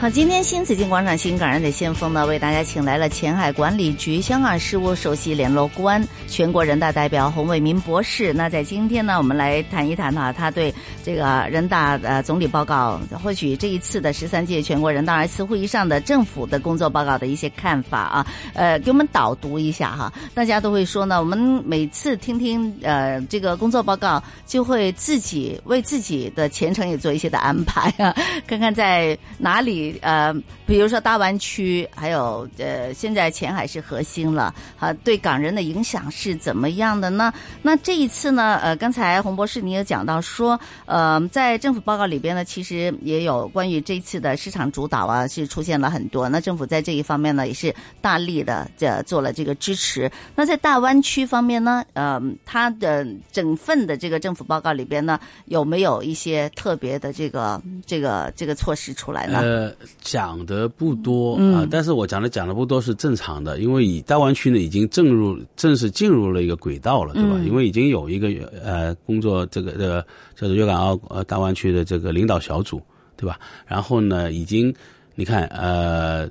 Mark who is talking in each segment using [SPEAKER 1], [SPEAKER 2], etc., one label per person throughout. [SPEAKER 1] 好，今天新紫金广场新港人的先锋呢，为大家请来了前海管理局香港事务首席联络官、全国人大代表洪为民博士。那在今天呢，我们来谈一谈哈、他对这个人大呃总理报告，或许这一次的十三届全国人大二次会议上的政府的工作报告的一些看法啊，呃，给我们导读一下哈。大家都会说呢，我们每次听听呃这个工作报告，就会自己为自己的前程也做一些的安排啊，看看在哪里呃，比如说大湾区，还有呃，现在前海是核心了，啊，对港人的影响是怎么样的呢？那这一次呢，呃，刚才洪博士你也讲到说，呃，在政府报告里边呢，其实也有关于这次的市场主导啊，是出现了很多。那政府在这一方面呢，也是大力的这做了这个支持。那在大湾区方面呢，呃，它的整份的这个政府报告里边呢，有没有一些特别的这个这个这个措施出来呢？
[SPEAKER 2] 呃，讲的不多啊、
[SPEAKER 1] 嗯
[SPEAKER 2] 但是我讲的讲的不多是正常的，因为以大湾区呢已经正入正式进入了一个轨道了，对吧？
[SPEAKER 1] 嗯
[SPEAKER 2] 因为已经有一个呃工作这个呃叫做粤港澳呃大湾区的这个领导小组，对吧？然后呢，已经你看呃。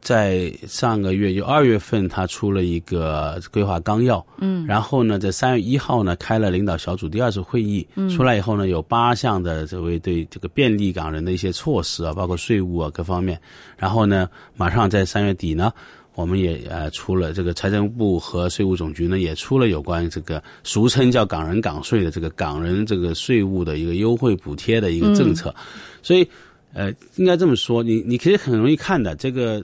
[SPEAKER 2] 在上个月，就二月份，他出了一个规划纲要，嗯，然后呢，在三月一号呢，开了领导小组第二次会议，嗯，出来以后呢，有八项的这位对这个便利港人的一些措施啊，包括税务啊各方面，然后呢，马上在三月底呢，我们也呃出了这个财政部和税务总局呢也出了有关这个俗称叫“港人港税”的这个港人这个税务的一个优惠补贴的一个政策，所以呃应该这么说，你你其实很容易看的这个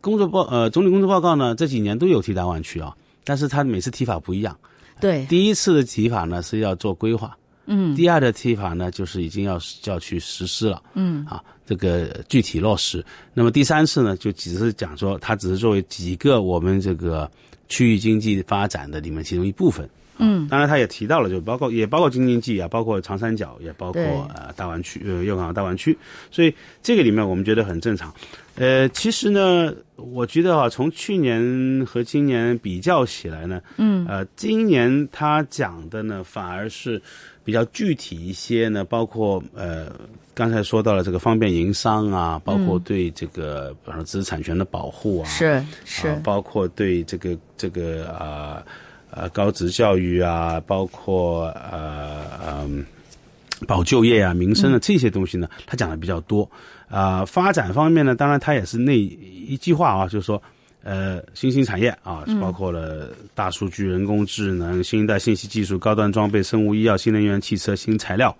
[SPEAKER 2] 工作报呃总理工作报告呢这几年都有提大湾区啊，但是他每次提法不一样，
[SPEAKER 1] 对，
[SPEAKER 2] 第一次的提法呢是要做规划，
[SPEAKER 1] 嗯
[SPEAKER 2] 第二的提法呢就是已经要就要去实施了。
[SPEAKER 1] 嗯
[SPEAKER 2] 啊，这个具体落实。那么第三次呢，就只是讲说，它只是作为几个我们这个区域经济发展的里面其中一部分。啊
[SPEAKER 1] 嗯
[SPEAKER 2] 当然，他也提到了，就包括也包括京津冀啊，包括长三角，也包括
[SPEAKER 1] 对
[SPEAKER 2] 呃大湾区呃粤港澳大湾区，所以这个里面我们觉得很正常。呃，其实呢，我觉得啊，从去年和今年比较起来呢，嗯，呃，今年他讲的呢反而是比较具体一些呢，包括呃刚才说到了这个方便营商啊，包括对这个比方说知识产权的保护啊，
[SPEAKER 1] 是
[SPEAKER 2] 啊
[SPEAKER 1] 是，
[SPEAKER 2] 包括对这个这个啊呃高职教育啊，包括呃嗯、保就业啊、民
[SPEAKER 1] 嗯
[SPEAKER 2] 生啊这些东西呢，他讲的比较多。啊、发展方面呢，当然他也是那一句话啊，就是说。呃，新兴产业啊，
[SPEAKER 1] 嗯
[SPEAKER 2] 包括了大数据、人工智能、新一代信息技术、高端装备、生物医药、新能源汽车、新材料，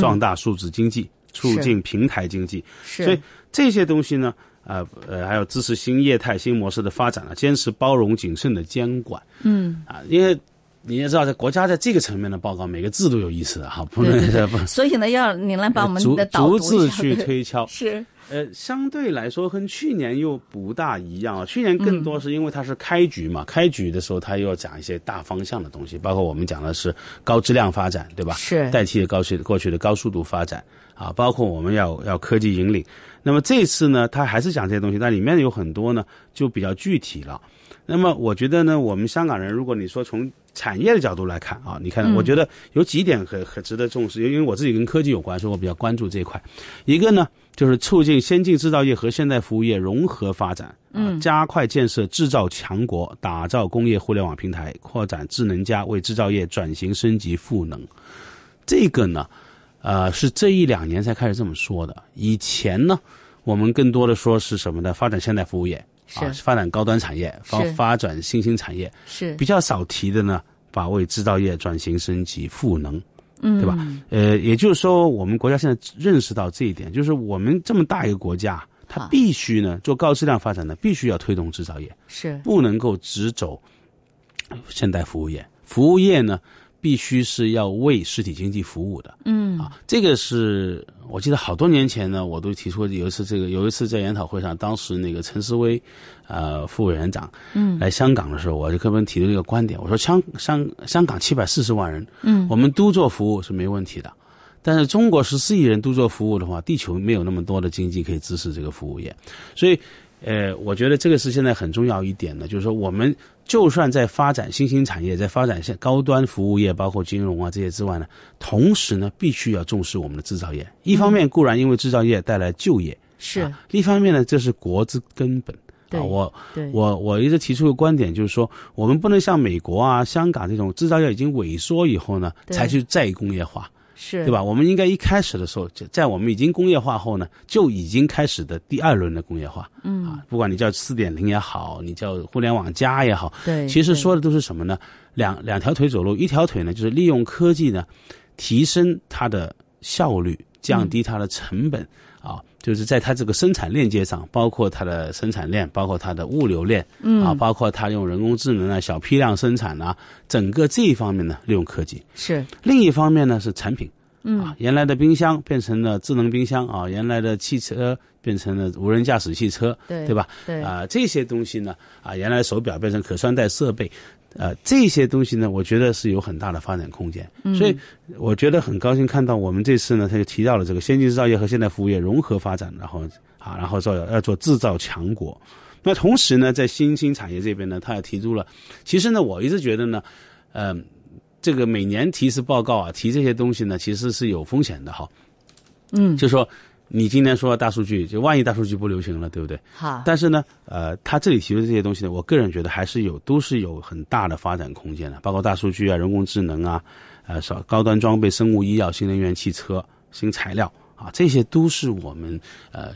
[SPEAKER 2] 壮大数字经济，促
[SPEAKER 1] 嗯是
[SPEAKER 2] 进平台经济。
[SPEAKER 1] 是，
[SPEAKER 2] 所以这些东西呢，呃呃，还有支持新业态、新模式的发展呢，坚持包容、谨慎的监管
[SPEAKER 1] 嗯，
[SPEAKER 2] 啊，因为。你也知道，在国家在这个层面的报告，每个字都有意思 的哈，不能
[SPEAKER 1] 对对
[SPEAKER 2] 不
[SPEAKER 1] 所以呢，要你来把我们
[SPEAKER 2] 呃逐
[SPEAKER 1] 的导
[SPEAKER 2] 逐
[SPEAKER 1] 读
[SPEAKER 2] 字
[SPEAKER 1] 一下
[SPEAKER 2] 去
[SPEAKER 1] 对
[SPEAKER 2] 推敲。
[SPEAKER 1] 是，
[SPEAKER 2] 呃，相对来说跟去年又不大一样啊。去年更
[SPEAKER 1] 嗯
[SPEAKER 2] 多是因为它是开局嘛，开局的时候它又要讲一些大方向的东西，包括我们讲的是高质量发展，对吧？
[SPEAKER 1] 是
[SPEAKER 2] 代替了高去过去的高速度发展啊，包括我们要要科技引领。那么这次呢，它还是讲这些东西，但里面有很多呢就比较具体了。那么我觉得呢，我们香港人，如果你说从产业的角度来看啊，你看，我觉得有几点很很值得重视，因为因为我自己跟科技有关，所以我比较关注这一块。一个呢，就是促进先进制造业和现代服务业融合发展，嗯、加快建设制造强国，打造工业互联网平台，扩展智能家，为制造业转型升级赋能。这个呢，呃，是这一两年才开始这么说的。以前呢，我们更多的说是什么呢？发展现代服务业。啊，
[SPEAKER 1] 是
[SPEAKER 2] 发展高端产业，发
[SPEAKER 1] 是
[SPEAKER 2] 发展新兴产业，
[SPEAKER 1] 是
[SPEAKER 2] 比较少提的呢，把为制造业转型升级赋能，嗯，对吧？呃，也就是说，我们国家现在认识到这一点，就是我们这么大一个国家，它
[SPEAKER 1] 好
[SPEAKER 2] 必须呢做高质量发展呢，必须要推动制造业，
[SPEAKER 1] 是，
[SPEAKER 2] 不能够只走现代服务业，服务业呢。必须是要为实体经济服务的，嗯啊，这个是我记得好多年前呢，我都提出有一次这个有一次在研讨会上，当时那个陈思威，呃，副委员长，嗯，来香港的时候，我就跟他们提出一个观点，我说香香香港七百四十万人，嗯，我们都做服务是没问题的，但是中国十四亿人都做服务的话，地球没有那么多的经济可以支持这个服务业，所以呃，我觉得这个是现在很重要一点的，就是说我们就算在发展新兴产业，在发展现高端服务业，包括金融啊这些之外呢，同时呢，必须要重视我们的制造业。一方
[SPEAKER 1] 嗯
[SPEAKER 2] 面固然因为制造业带来就业，
[SPEAKER 1] 是
[SPEAKER 2] 啊另一方面呢，这是国之根本。
[SPEAKER 1] 对
[SPEAKER 2] 啊，我
[SPEAKER 1] 对，
[SPEAKER 2] 我我一直提出个观点，就是说，我们不能像美国啊、香港这种制造业已经萎缩以后呢，
[SPEAKER 1] 对
[SPEAKER 2] 才去再工业化，
[SPEAKER 1] 是
[SPEAKER 2] 对？吧？我们应该一开始的时候，就在我们已经工业化后呢，就已经开始的第二轮的工业化。嗯啊，不管你叫四点零也好，你叫互联网加也好，
[SPEAKER 1] 对，
[SPEAKER 2] 其实
[SPEAKER 1] 对
[SPEAKER 2] 说的都是什么呢？两两条腿走路，一条腿呢就是利用科技呢，提升它的效率，降低它的成
[SPEAKER 1] 嗯
[SPEAKER 2] 本、啊，就是在它这个生产链接上，包括它的生产链，包括它的物流链，嗯、啊，包括它用人工智能啊、小批量生产啊，整个这一方面呢利用科技。
[SPEAKER 1] 是
[SPEAKER 2] 另一方面呢是产品，嗯、啊，原来的冰箱变成了智能冰箱啊，原来的汽车变成了无人驾驶汽车，
[SPEAKER 1] 对
[SPEAKER 2] 对吧？
[SPEAKER 1] 对
[SPEAKER 2] 啊、这些东西呢，啊、原来手表变成可穿戴设备，呃，这些东西呢，我觉得是有很大的发展空间。
[SPEAKER 1] 嗯
[SPEAKER 2] 所以我觉得很高兴看到我们这次呢，他就提到了这个先进制造业和现代服务业融合发展，然后啊，然后做要做制造强国。那同时呢，在新兴产业这边呢，他也提出了，其实呢，我一直觉得呢，嗯、这个每年提示报告啊，提这些东西呢，其实是有风险的哈。嗯，就说你今年说大数据，就万一大数据不流行了，对不对？
[SPEAKER 1] 好，
[SPEAKER 2] 但是呢，呃，他这里提出的这些东西呢，我个人觉得还是有都是有很大的发展空间的，包括大数据啊、人工智能啊、呃、少高端装备、生物医药、新能源汽车、新材料啊，这些都是我们呃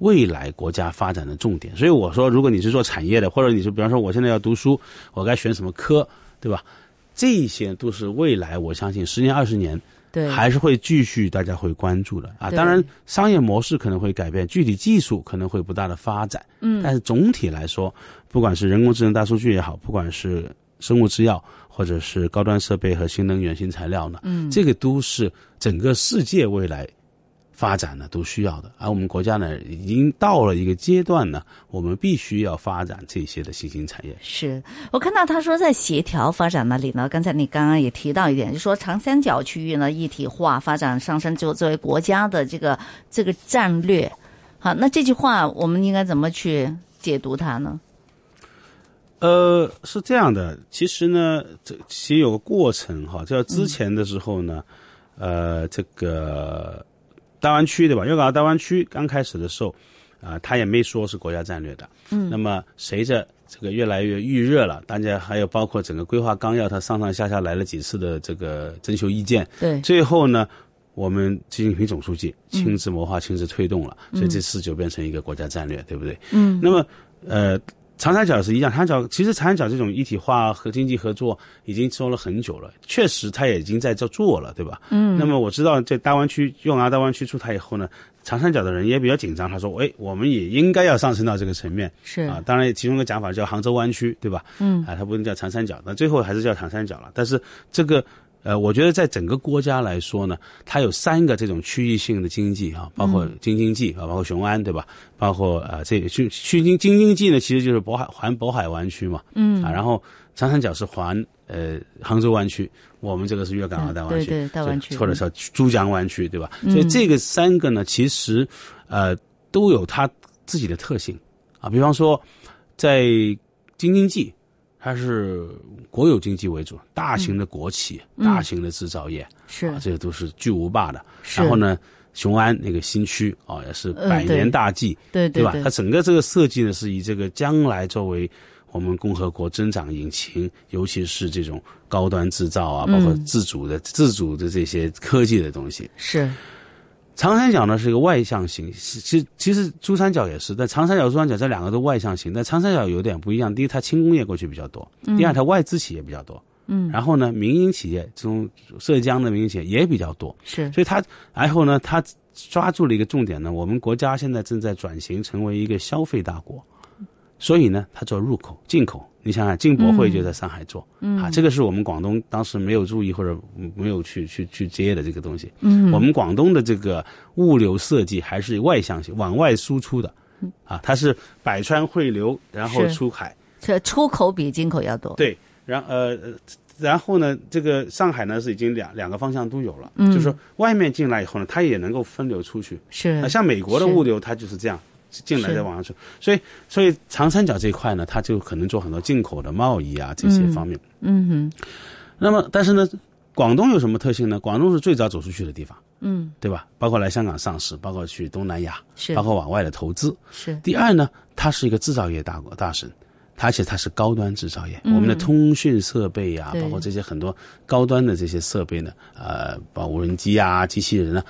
[SPEAKER 2] 未来国家发展的重点。所以我说，如果你是做产业的，或者你是比方说我现在要读书，我该选什么科，对吧？这些都是未来，我相信十年、二十年
[SPEAKER 1] 对，
[SPEAKER 2] 还是会继续大家会关注的啊。
[SPEAKER 1] 对
[SPEAKER 2] 当然，商业模式可能会改变，具体技术可能会不大的发展。嗯，但是总体来说，不管是人工智能、大数据也好，不管是生物制药，或者是高端设备和新能源、新材料呢，嗯，这个都是整个世界未来。发展呢都需要的，而我们国家呢已经到了一个阶段呢，我们必须要发展这些的新兴产业。
[SPEAKER 1] 是我看到他说在协调发展那里呢，刚才你刚刚也提到一点，就说长三角区域呢一体化发展上升作作为国家的这个这个战略。好，那这句话我们应该怎么去解读它呢？
[SPEAKER 2] 呃，是这样的，其实呢，这其实有个过程哈，就之前的时候呢，呃，这个大湾区对吧？粤港澳大湾区刚开始的时候，啊、他也没说是国家战略的。嗯。那么随着这个越来越预热了，大家还有包括整个规划纲要，它上上下下来了几次的这个征求意见，
[SPEAKER 1] 对，
[SPEAKER 2] 最后呢。我们习近平总书记亲自谋划、亲自推动了，所以这次就变成一个国家战略，对不对？嗯。那么，呃，长三角是一样，长三角其实长三角这种一体化和经济合作已经说了很久了，确实它也已经在这做了，对吧？嗯。那么我知道，在大湾区用啊大湾区出台以后呢，长三角的人也比较紧张，他说：“哎，我们也应该要上升到这个层面。”
[SPEAKER 1] 是
[SPEAKER 2] 啊，当然其中一个讲法叫杭州湾区，对吧？嗯，啊，它不能叫长三角，那最后还是叫长三角了。但是这个呃，我觉得在整个国家来说呢，它有三个这种区域性的经济啊，包
[SPEAKER 1] 嗯
[SPEAKER 2] 括京津冀啊，包括雄安，对吧？包括呃，这区区京京津冀呢，其实就是渤海环渤海湾区嘛，嗯啊，然后长三角是环呃杭州湾区，我们这个是粤港澳大湾
[SPEAKER 1] 嗯
[SPEAKER 2] 区，
[SPEAKER 1] 对对大湾区
[SPEAKER 2] 就或者叫珠江湾区，对吧？
[SPEAKER 1] 嗯
[SPEAKER 2] 所以这个三个呢，其实呃都有它自己的特性啊，比方说在京津冀。它是国有经济为主，大型的国企、大型的制造业
[SPEAKER 1] 嗯是
[SPEAKER 2] 啊，这个都是巨无霸的。
[SPEAKER 1] 是，
[SPEAKER 2] 然后呢，雄安那个新区啊，也是
[SPEAKER 1] 嗯
[SPEAKER 2] 百
[SPEAKER 1] 对
[SPEAKER 2] 年大计，
[SPEAKER 1] 对对
[SPEAKER 2] 对吧？它整个这个设计呢，是以这个将来作为我们共和国增长引擎，尤其是这种高端制造啊，包括自主的、自主的这些科技的东西。
[SPEAKER 1] 是
[SPEAKER 2] 长三角呢是一个外向型，是其实其实珠三角也是，但长三角、珠三角这两个都外向型，但长三角有点不一样。第一，它轻工业过去比较多；第二，它外资企业比较多。嗯，然后呢，民营企业，这种浙江的民营企业也比较多。
[SPEAKER 1] 是
[SPEAKER 2] 所以它，然后呢，它抓住了一个重点呢，我们国家现在正在转型成为一个消费大国，所以呢，它做入口、进
[SPEAKER 1] 嗯
[SPEAKER 2] 口。你想想，进博会就在上海做，嗯、啊，这个是我们广东当时没有注意或者没有去去去接的这个东西。嗯，我们广东的这个物流设计还是外向型，往外输出的，啊，它是百川汇流，然后
[SPEAKER 1] 是
[SPEAKER 2] 出海。
[SPEAKER 1] 这出口比进口要多。
[SPEAKER 2] 对，然呃，呃然后呢，这个上海呢是已经两两个方向都有了，嗯、就是说外面进来以后呢，它也能够分流出去。
[SPEAKER 1] 是
[SPEAKER 2] 啊，像美国的
[SPEAKER 1] 是
[SPEAKER 2] 物流它就是这样，进来再往上去。所以，所以长三角这一块呢，它就可能做很多进口的贸易啊这些方面。
[SPEAKER 1] 嗯哼，
[SPEAKER 2] 那么，但是呢，广东有什么特性呢？广东是最早走出去的地方，
[SPEAKER 1] 嗯，
[SPEAKER 2] 对吧？包括来香港上市，包括去东南亚，
[SPEAKER 1] 是
[SPEAKER 2] 包括往外的投资。
[SPEAKER 1] 是，
[SPEAKER 2] 第二呢，它是一个制造业大国大省，它而且它是高端制造业。我们的通讯设备呀、
[SPEAKER 1] 嗯对
[SPEAKER 2] 包括这些很多高端的这些设备呢，呃，包括无人机啊、机器人啊，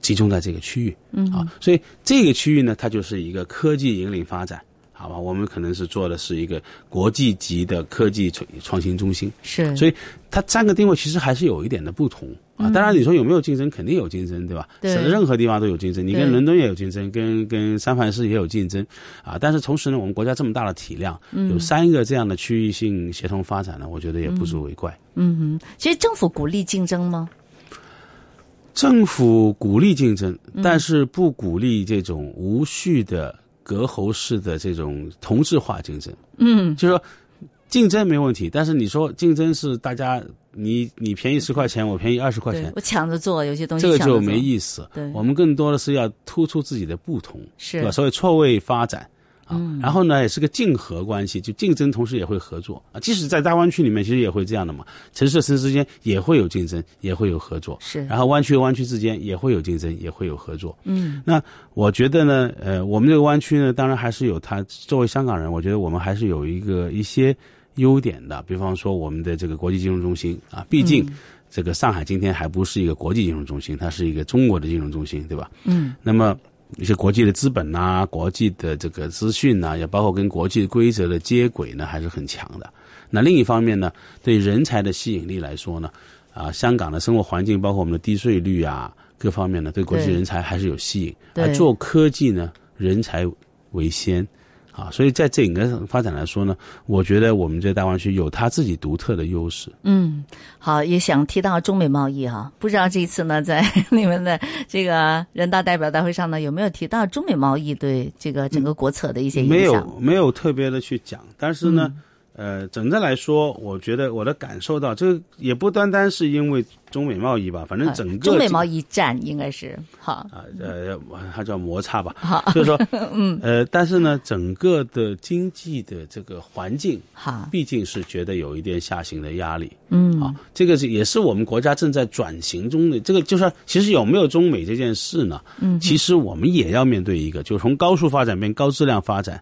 [SPEAKER 2] 集中在这个区域。嗯啊，所以这个区域呢，它就是一个科技引领发展。好吧，我们可能是做的是一个国际级的科技创创新中心，
[SPEAKER 1] 是，
[SPEAKER 2] 所以它三个定位其实还是有一点的不同啊。当然，你说有没有竞争，肯定有竞争，对吧？
[SPEAKER 1] 嗯对
[SPEAKER 2] 任何地方都有竞争，你
[SPEAKER 1] 对
[SPEAKER 2] 跟伦敦也有竞争，跟跟三藩市也有竞争啊。但是同时呢，我们国家这么大的体量，
[SPEAKER 1] 嗯
[SPEAKER 2] 有三个这样的区域性协同发展呢，我觉得也不足为怪。
[SPEAKER 1] 嗯哼，其实政府鼓励竞争吗？
[SPEAKER 2] 政府鼓励竞争，
[SPEAKER 1] 嗯
[SPEAKER 2] 但是不鼓励这种无序的隔喉式的这种同质化竞争。
[SPEAKER 1] 嗯，
[SPEAKER 2] 就是说竞争没问题，但是你说竞争是大家你你便宜十块钱，我便宜二十块
[SPEAKER 1] 对
[SPEAKER 2] 钱，
[SPEAKER 1] 我抢着做，有些东西
[SPEAKER 2] 这个
[SPEAKER 1] 抢着
[SPEAKER 2] 就
[SPEAKER 1] 做
[SPEAKER 2] 没意思。
[SPEAKER 1] 对
[SPEAKER 2] 我们更多的是要突出自己的不同，
[SPEAKER 1] 是
[SPEAKER 2] 对吧？所以错位发展啊，然后呢，也是个竞合关系，就竞争，同时也会合作啊。即使在大湾区里面，其实也会这样的嘛，城市和城市之间也会有竞争，也会有合作。
[SPEAKER 1] 是
[SPEAKER 2] 然后湾区和湾区之间也会有竞争，也会有合作。
[SPEAKER 1] 嗯，
[SPEAKER 2] 那我觉得呢，呃，我们这个湾区呢，当然还是有它作为香港人，我觉得我们还是有一个一些优点的，比方说我们的这个国际金融中心啊，毕竟
[SPEAKER 1] 嗯
[SPEAKER 2] 这个上海今天还不是一个国际金融中心，它是一个中国的金融中心，对吧？
[SPEAKER 1] 嗯，
[SPEAKER 2] 那么。一些国际的资本呐、国际的这个资讯呐、也包括跟国际规则的接轨呢，还是很强的。那另一方面呢，对人才的吸引力来说呢，啊，香港的生活环境，包括我们的低税率啊，各方面呢，对国际
[SPEAKER 1] 对
[SPEAKER 2] 人才还是有吸引。
[SPEAKER 1] 对
[SPEAKER 2] 而做科技呢，人才为先，啊，所以在整个发展来说呢，我觉得我们这大湾区有它自己独特的优势。
[SPEAKER 1] 嗯，好，也想提到中美贸易哈、不知道这次呢，在你们的这个人大代表大会上呢，有没有提到中美贸易对这个整个国策的一些
[SPEAKER 2] 没
[SPEAKER 1] 影响？
[SPEAKER 2] 有没有特别的去讲，但是呢，
[SPEAKER 1] 嗯
[SPEAKER 2] 呃，整的来说，我觉得我的感受到，这个也不单单是因为中美贸易吧，反正
[SPEAKER 1] 啊
[SPEAKER 2] 整个
[SPEAKER 1] 中美贸
[SPEAKER 2] 易
[SPEAKER 1] 易战应该是好，
[SPEAKER 2] 啊，呃，它叫摩擦吧，
[SPEAKER 1] 好，
[SPEAKER 2] 就 是说，嗯，呃，但是呢，整个的经济的这个环境，
[SPEAKER 1] 好，
[SPEAKER 2] 毕竟是觉得有一点下行的压力。
[SPEAKER 1] 嗯，
[SPEAKER 2] 啊，这个是也是我们国家正在转型中的。这个就是其实有没有中美这件事呢？嗯，其实我们也要面对一个，就是从高速发展变高质量发展，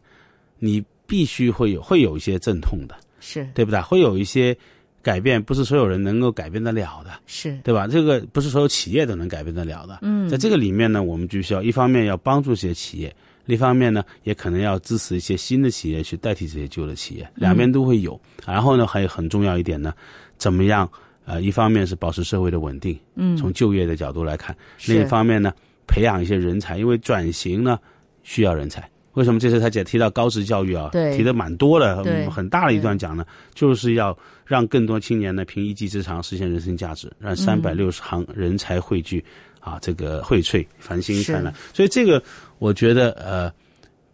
[SPEAKER 2] 你必须会有会有一些阵痛的，
[SPEAKER 1] 是
[SPEAKER 2] 对不对？会有一些改变，不是所有人能够改变得了的。
[SPEAKER 1] 是，
[SPEAKER 2] 对吧？这个不是所有企业都能改变得了的。嗯，在这个里面呢，我们就需要一方面要帮助这些企业，另一方面呢，也可能要支持一些新的企业去代替这些旧的企业，两边都会有。然后呢，还有很重要一点呢，怎么样？呃，一方面是保持社会的稳定，
[SPEAKER 1] 嗯，
[SPEAKER 2] 从就业的角度来看；
[SPEAKER 1] 是
[SPEAKER 2] 另一方面呢，培养一些人才，因为转型呢需要人才。为什么这次他姐提到高职教育啊？
[SPEAKER 1] 对
[SPEAKER 2] 提的蛮多的，
[SPEAKER 1] 对
[SPEAKER 2] 嗯很大的一段讲呢，就是要让更多青年呢凭一技之长实现人生价值，
[SPEAKER 1] 嗯
[SPEAKER 2] 让三百六十行人才汇聚、啊，这个荟萃繁星
[SPEAKER 1] 是
[SPEAKER 2] 灿烂。所以这个我觉得呃，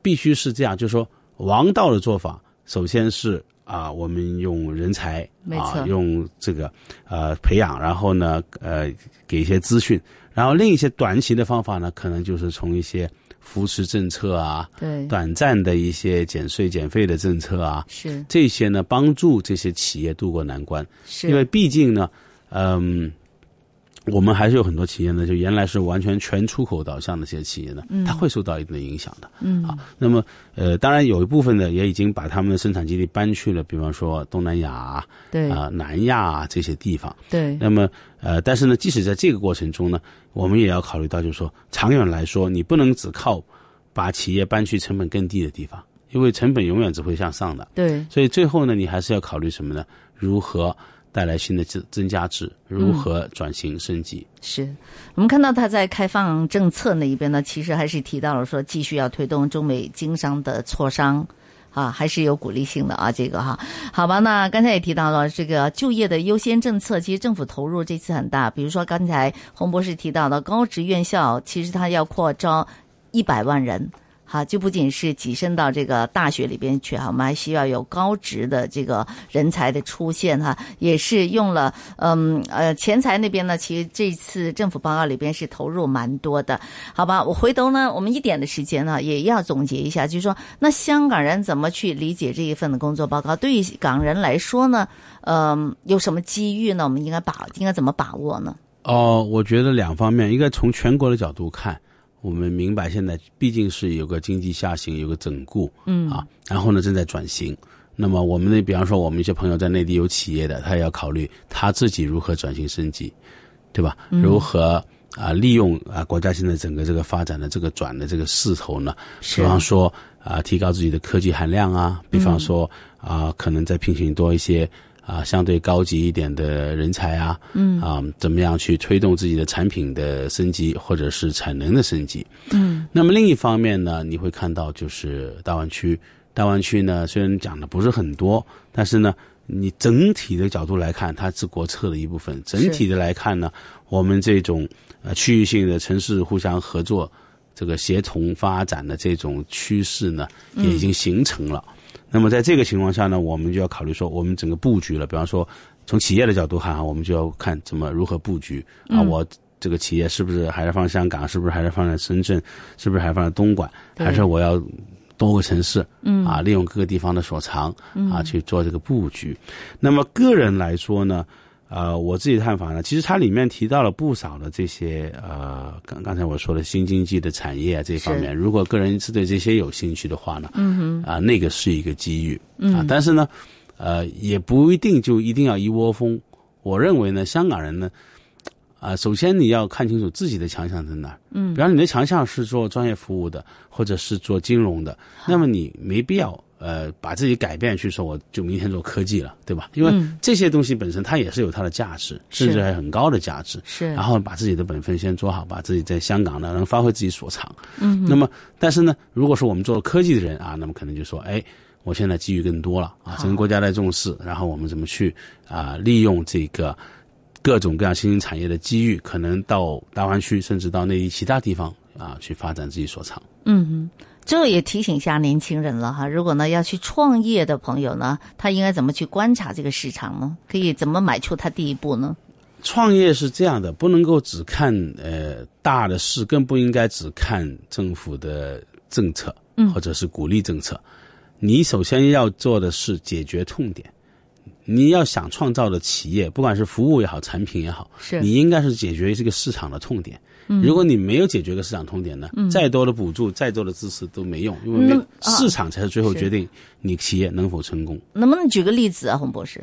[SPEAKER 2] 必须是这样，就是说王道的做法，首先是啊，我们用人才
[SPEAKER 1] 没
[SPEAKER 2] 啊
[SPEAKER 1] 错，
[SPEAKER 2] 用这个呃培养，然后呢呃给一些资讯，然后另一些短期的方法呢，可能就是从一些扶持政策啊。
[SPEAKER 1] 对，
[SPEAKER 2] 短暂的一些减税减费的政策啊，
[SPEAKER 1] 是
[SPEAKER 2] 这些呢，帮助这些企业渡过难关。
[SPEAKER 1] 是，
[SPEAKER 2] 因为毕竟呢，嗯，我们还是有很多企业呢，就原来是完全全出口导向的这些企业呢，
[SPEAKER 1] 嗯
[SPEAKER 2] 它会受到一定的影响的。嗯啊，那么呃，当然有一部分呢，也已经把他们的生产基地搬去了，比方说东南亚啊、
[SPEAKER 1] 对
[SPEAKER 2] 呃南亚啊这些地方。
[SPEAKER 1] 对
[SPEAKER 2] 那么呃，但是呢，即使在这个过程中呢，我们也要考虑到，就是说长远来说，你不能只靠把企业搬去成本更低的地方，因为成本永远只会向上的。
[SPEAKER 1] 对，
[SPEAKER 2] 所以最后呢，你还是要考虑什么呢？如何带来新的增增加值，如何转型升级？
[SPEAKER 1] 是我们看到他在开放政策那一边呢，其实还是提到了说，继续要推动中美经商的磋商。啊，还是有鼓励性的啊，这个哈，好吧，那刚才也提到了这个就业的优先政策，其实政府投入这次很大，比如说刚才洪博士提到的高职院校，其实它要扩招一百万人。好，就不仅是跻身到这个大学里边去哈，我们还需要有高职的这个人才的出现哈，也是用了嗯呃钱财那边呢，其实这次政府报告里边是投入蛮多的，好吧？我回头呢，我们一点的时间呢，也要总结一下，就是说那香港人怎么去理解这一份的工作报告？对于港人来说呢，嗯、有什么机遇呢？我们应该把应该怎么把握呢？
[SPEAKER 2] 哦，我觉得两方面，一个从全国的角度看，我们明白现在毕竟是有个经济下行，有个整固，
[SPEAKER 1] 嗯
[SPEAKER 2] 啊，然后呢正在转型。那么我们那，比方说我们一些朋友在内地有企业的，他也要考虑他自己如何转型升级，对吧？如何啊、利用啊、国家现在整个这个发展的这个转的这个势头呢？
[SPEAKER 1] 是
[SPEAKER 2] 比方说啊、提高自己的科技含量啊，比方说啊、可能再聘请多一些啊、相对高级一点的人才啊，嗯啊、怎么样去推动自己的产品的升级或者是产能的升级？
[SPEAKER 1] 嗯
[SPEAKER 2] 那么另一方面呢，你会看到就是大湾区，大湾区呢虽然讲的不是很多，但是呢，你整体的角度来看，它是国策的一部分。整体的来看呢，我们这种呃区域性的城市互相合作、这个协同发展的这种趋势呢，也已经形成了。那么在这个情况下呢，我们就要考虑说，我们整个布局了。比方说，从企业的角度看啊，我们就要看怎么如何布局啊，我这个企业是不是还是放香港，是不是还是放在深圳，是不是还放在东莞，
[SPEAKER 1] 对
[SPEAKER 2] 还是我要多个城市，嗯啊，利用各个地方的所长啊去做这个布局。那么个人来说呢，呃，我自己的看法呢，其实它里面提到了不少的这些呃，刚刚才我说的新经济的产业啊这方面，如果个人是对这些有兴趣的话呢，嗯啊、那个是一个机遇啊，但是呢，呃，也不一定就一定要一窝蜂。我认为呢，香港人呢，啊、首先你要看清楚自己的强项在哪儿。嗯，比方你的强项是做专业服务的，或者是做金融的，那么你没必要呃把自己改变去说我就明天做科技了，对吧？因为
[SPEAKER 1] 嗯
[SPEAKER 2] 这些东西本身它也是有它的价值，
[SPEAKER 1] 是
[SPEAKER 2] 甚至还很高的价值。
[SPEAKER 1] 是
[SPEAKER 2] 然后把自己的本分先做好，把自己在香港呢能发挥自己所长。嗯，那么但是呢，如果说我们做了科技的人啊，那么可能就说，哎，我现在机遇更多了啊，整个国家在重视，然后我们怎么去啊、利用这个各种各样新兴产业的机遇，可能到大湾区，甚至到内地其他地方啊去发展自己所长。
[SPEAKER 1] 嗯哼，最后也提醒一下年轻人了哈，如果呢要去创业的朋友呢，他应该怎么去观察这个市场呢？可以怎么迈出他第一步呢？
[SPEAKER 2] 创业是这样的，不能够只看呃大的事，更不应该只看政府的政策，
[SPEAKER 1] 嗯
[SPEAKER 2] 或者是鼓励政策。你首先要做的是解决痛点。你要想创造的企业，不管是服务也好，产品也好，
[SPEAKER 1] 是
[SPEAKER 2] 你应该是解决这个市场的痛点。
[SPEAKER 1] 嗯
[SPEAKER 2] 如果你没有解决个市场痛点呢，再多的补助、再多的支持都没用，因为没
[SPEAKER 1] 嗯啊
[SPEAKER 2] 市场才是最后
[SPEAKER 1] 是
[SPEAKER 2] 决定你企业能否成功。
[SPEAKER 1] 能不能举个例子啊，洪博士？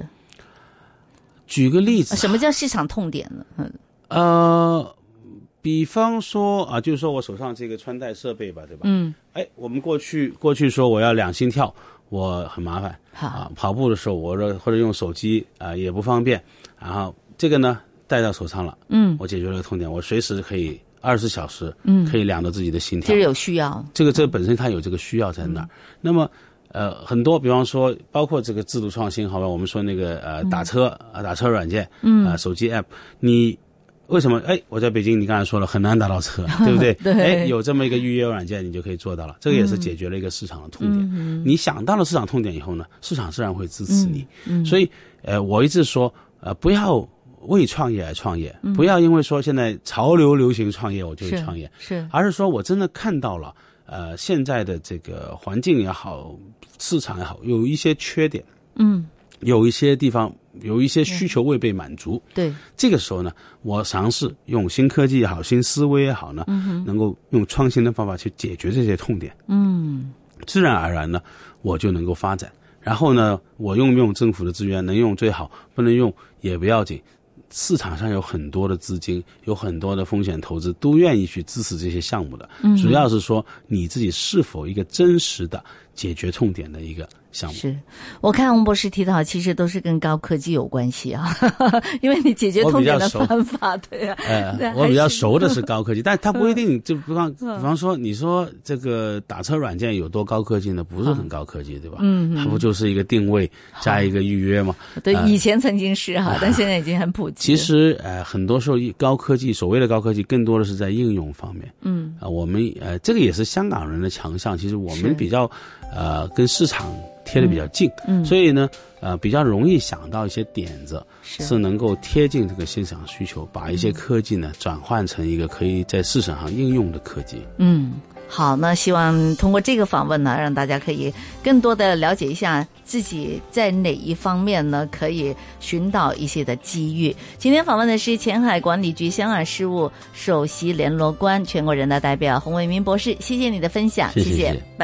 [SPEAKER 2] 举个例子，
[SPEAKER 1] 啊什么叫市场痛点呢？嗯
[SPEAKER 2] 呃，比方说啊，就是说我手上这个穿戴设备吧，对吧？
[SPEAKER 1] 嗯，
[SPEAKER 2] 哎，我们过去过去说我要两心跳，我很麻烦
[SPEAKER 1] 好
[SPEAKER 2] 啊，跑步的时候我说或者用手机啊、也不方便，然后这个呢戴到手上了，
[SPEAKER 1] 嗯，
[SPEAKER 2] 我解决了痛点，我随时可以二十小时，
[SPEAKER 1] 嗯
[SPEAKER 2] 可以量到自己的心
[SPEAKER 1] 就
[SPEAKER 2] 跳
[SPEAKER 1] 是，有需要，
[SPEAKER 2] 这个这本身它有这个需要在那儿。那么呃，很多比方说包括这个制度创新，好吧，我们说那个呃打车啊、打车软件，嗯，啊手机 app，你。为什么？哎，我在北京，你刚才说了很难打到 车，对不对？嗯
[SPEAKER 1] 对
[SPEAKER 2] 哎，有这么一个预约软件，你就可以做到了。这个也是解决了一个市场的痛点。你想到了市场痛点以后呢，市场自然会支持你。所以，呃，我一直说，呃，不要为创业而创业，不要因为说现在潮流流行创业，我就去
[SPEAKER 1] 是
[SPEAKER 2] 创业。
[SPEAKER 1] 是
[SPEAKER 2] 嗯而是说我真的看到了，呃，现在的这个环境也好，市场也好，有一些缺点，
[SPEAKER 1] 嗯，
[SPEAKER 2] 有一些地方有一些需求未被满足。
[SPEAKER 1] 对，
[SPEAKER 2] 这个时候呢，我尝试用新科技也好，新思维也好呢，能够用创新的方法去解决这些痛点，
[SPEAKER 1] 嗯
[SPEAKER 2] 自然而然呢，我就能够发展。然后呢，我用不用政府的资源，能用最好，不能用也不要紧。市场上有很多的资金，有很多的风险投资，都愿意去支持这些项目的。主要是说你自己是否一个真实的解决痛点的一个项目。
[SPEAKER 1] 是我看翁博士提到，其实都是跟高科技有关系啊， 因为你解决痛点的方法，对呀、啊对
[SPEAKER 2] 呃
[SPEAKER 1] 啊，
[SPEAKER 2] 我比较
[SPEAKER 1] 还是嗯
[SPEAKER 2] 熟的是高科技， 但它不一定。就比方比方说，你说这个打车软件有多高科技呢？不是很高科技，对吧？
[SPEAKER 1] 嗯，
[SPEAKER 2] 它不就是一个定位加一个预约吗？
[SPEAKER 1] 对，
[SPEAKER 2] 呃
[SPEAKER 1] 以前曾经是哈，但现在已经很普及。
[SPEAKER 2] 其，实呃，很多时候高科技所谓的高科技，更多的是在应用方面。
[SPEAKER 1] 嗯，
[SPEAKER 2] 啊、我们呃，这个也是香港人的强项。其实我
[SPEAKER 1] 是
[SPEAKER 2] 们比较呃跟市场贴的比较近，
[SPEAKER 1] 嗯
[SPEAKER 2] 所以呢呃比较容易想到一些点子，
[SPEAKER 1] 是啊
[SPEAKER 2] 是能够贴近这个市场需求，把一些科技呢转换成一个可以在市场上应用的科技。
[SPEAKER 1] 嗯，好，那希望通过这个访问呢，让大家可以更多的了解一下自己在哪一方面呢，可以寻到一些的机遇。今天访问的是前海管理局香港事务首席联络官、全国人大代表洪为民博士，谢谢你的分享，
[SPEAKER 2] 谢谢
[SPEAKER 1] 谢
[SPEAKER 2] 谢谢
[SPEAKER 1] 拜拜。